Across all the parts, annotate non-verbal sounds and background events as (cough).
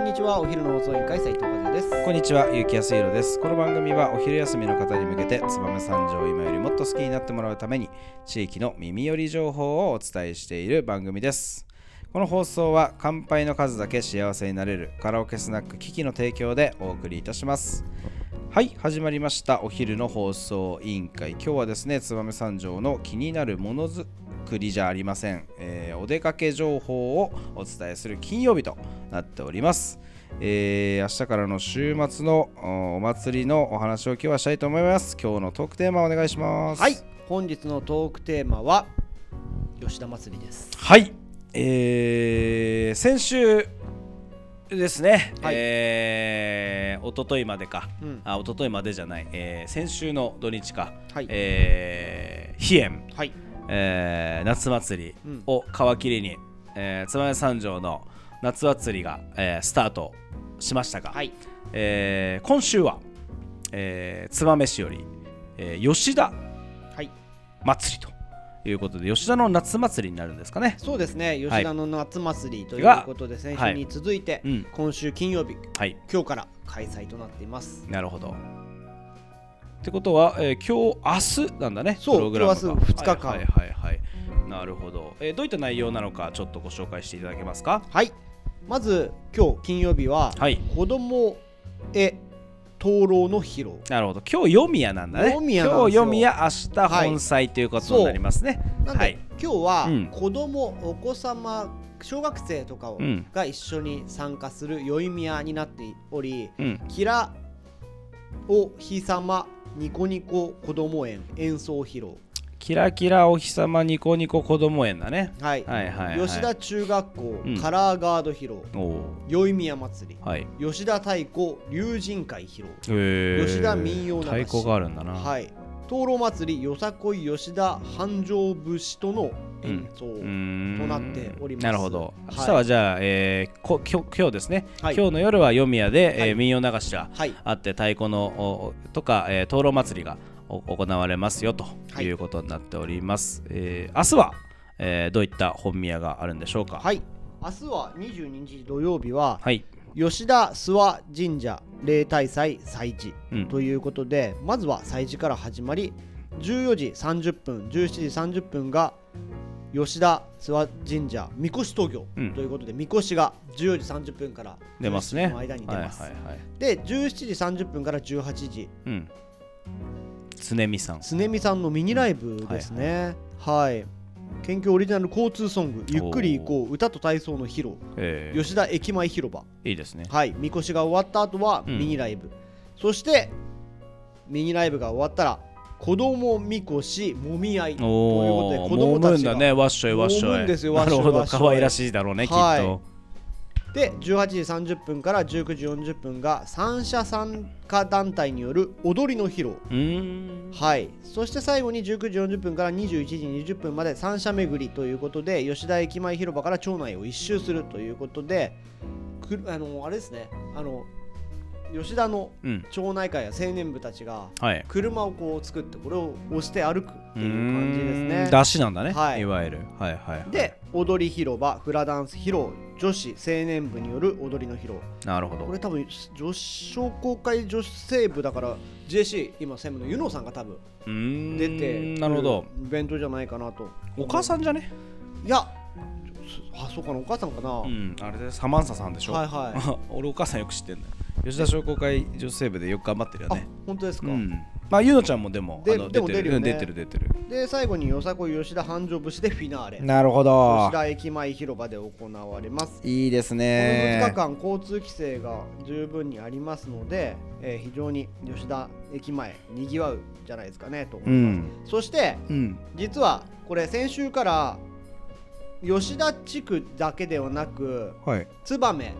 んにちはお昼の放送委員会斉藤和也ですこんにちは、ゆうきやすいろです。この番組はお昼休みの方に向けて、燕三条を今よりもっと好きになってもらうために、地域の耳寄り情報をお伝えしている番組です。この放送は、乾杯の数だけ幸せになれるカラオケスナックキキの提供でお送りいたします。はい、始まりました。お昼の放送委員会。今日はですね、燕三条の気になるものづくりじゃありません、えーお出かけ情報をお伝えする金曜日となっております。えー明日からの週末のおお祭りのお話を今日はしたいと思います。今日のトークテーマお願いします。はい本日のトークテーマは吉田祭りですはい、えー先週ですね、はいえー、おとといまでか、うんあおとといまでじゃない、えー先週の土日か、はいえー、飛燕、はいえー夏祭りを皮切りに、えー、燕三条の夏祭りが、えースタートしましたが、はいえー今週は、えー、燕市より、えー吉田はい祭りということで吉田の夏祭りになるんですかね。そうですね吉田の夏祭りというがことで先週に続いて、うん今週金曜日はい今日から開催となっていますなるほど。ってことは、えー今日明日なんだね、そうプログラムが今日明日二日間はいはいはい、はいなるほど、えーどういった内容なのか、ちょっとご紹介していただけますか。はいまず今日金曜日は、はい、子供へ灯籠の披露なるほど、今日読み屋なんだね。読今み日屋なんですよ読み屋、明日本祭ということになりますね。なんで、はい今日はうん子供、お子様小学生とかを、うんが一緒に参加する宵宮になっておりうん、 「キラお日様ニコニコ子供園演奏披露」キラキラお日様ニコニコ子供園だね。はい、はいはい、はい、吉田中学校、うんカラーガード披露おお宵宮祭りー、はい。吉田太鼓龍神会披露吉吉田民謡流し太鼓があるんだな。はい灯籠祭りよさこい吉田繁盛節との演奏、うーんとなっておりますなるほど。はい明日はじゃあ、えーこ今日今日ですね、はい今日の夜は読み屋で、はえいー民謡流しがはいあって、太鼓のおとか、えー、灯籠祭りがお行われますよということになっております。えー明日は、えーどういった本宮があるんでしょうか。はい明日は22日土曜日ははい。吉田諏訪神社例大祭祭事うんということで、まずは祭事から始まり14時30分17時30分が吉田諏訪神社みこし渡御うんということで、みこしが14時30分から出ますね。 17時の間に出ます、はいはいはい。で17時30分から18時うん。常見さん。常見さんのミニライブですねはい、県境オリジナル交通ソング「ゆっくり行こう歌と体操の披露」えー吉田駅前広場いいですね。はい、みこしが終わった後はうんミニライブ、そしてミニライブが終わったら子供みこしもみ合いというおお、ことで子供たんちがだね、わっしょいわっしょ揉むい。んですよわなっしるょいほわど、っしょい (laughs) 可愛らしいだろうね、きっはいと。で18時30分から19時40分が三者参加団体による踊りの披露うーん。はいそして最後に19時40分から21時20分まで三者巡りということで吉田駅前広場から町内を一周するということでくあのあれですねあの吉田のうん。町内会や青年部たちがはい。車をこう作ってこれを押して歩くっていう感じですね出しなんだね、はいい、わゆる。はいはいはい。で踊り広場フラダンス披露女子青年部による踊りの披露なるほこどれ。多分女子商工会女性部だから JC 今専務のユノさんが多分うーん出てなるほど。イベントじゃないかなとお母さんじゃねいやあそうかなお母さんかな、うん、あれでサマンサさんでしょ。はいはい俺、お母さんよく知ってんだよ。吉田商工会女性部でよく頑張ってるよあ (laughs) ね。本当ですか、うん。まあ、ゆのちゃんもでも、であので出もて出るる、ようんね出てる、出てる。で最後によさこい吉田繁盛節でフィナーレなるほ吉ど。田駅前広場で行われますいいですこの2ね日。間交通規制が十分にありますので、えー非常に吉田駅前にぎわうじゃないですかねと思います、そしてうん。うん。実はこれ先週から吉田地区だけではなくはい。燕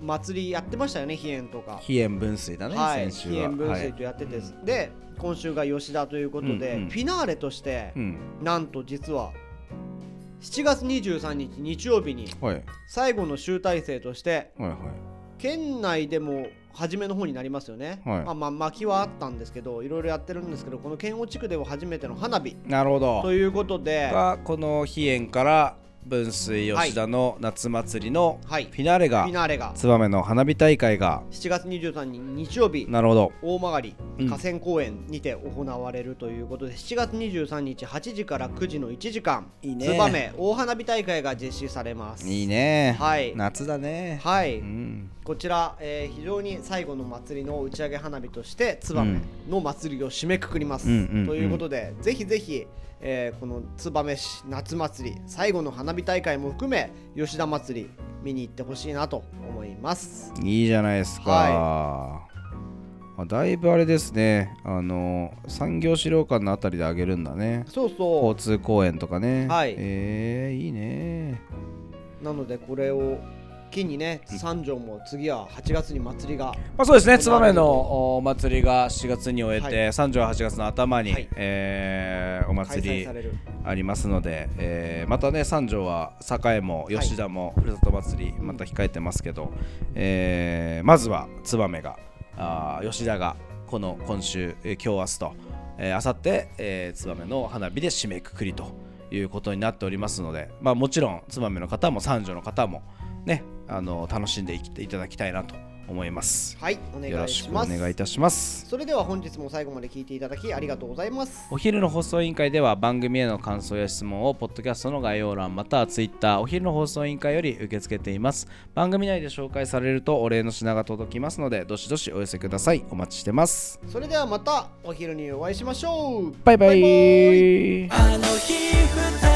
祭りやってましたよね飛燕とか非縁分水だね、はい先週飛は。燕分は水いとやってて、で今週が吉田ということで、うんうんフィナーレとしてう、ん。なんと実は7月23日日曜日にはい。はい最後の集大成としてはい。県内でも初めの方になりますよね、はいまあ、まあ薪はあったんですけどいろいろやってるんですけどこの県央地区では初めての花火なるほどと。いうことでがこの飛燕から分水吉田の夏祭りのフはいィナーレがフィナーレが燕の花火大会が7月23日日曜日なるほど大曲うん河川公園にて行われるということで、7月23日8時から9時の1時間いいね燕大花火大会が実施されますいいね、はい夏だね、はい、うん、こちら、えー非常に最後の祭りの打ち上げ花火として燕の祭りを締めくくります、うんうんうんということでぜひぜひ、えーこの燕市夏祭り最後の花火大会も含め吉田祭り見に行ってほしいなと思いますいいじゃないですか、あだいぶあれですねあの産業資料館のあたりであげるんだねそうそう交通公園とかねはいえー、いいねなのでこれを機にね三条も次は8月に祭りがまあ、そうですね、こんな燕のお祭りが4月に終えはて、三条は8月の頭に、はいえーお開祭催りされるありますので、えーまたね、三条は栄もい吉田もふるさと祭り、また控えてますけど、えーまずは燕が、あー吉田が、この今週、えー今日、明日と、えー、あさって、えー、燕の花火で締めくくりということになっておりますので、まあ、もちろん、燕の方も三条の方も、ね、あの楽しんでいっていただきたいなと思います。はいお願よろいししくおます願いいたします。それでは本日も最後まで聞いていただきありがとうございますお昼の放送委員会では番組への感想や質問をポッドキャストの概要欄またはツイッターお昼の放送委員会より受け付けています番組内で紹介されるとお礼の品が届きますのでどしどしお寄せくださいお待ちしてますそれではまたお昼にお会いしましょうバイバイバイバイあの日二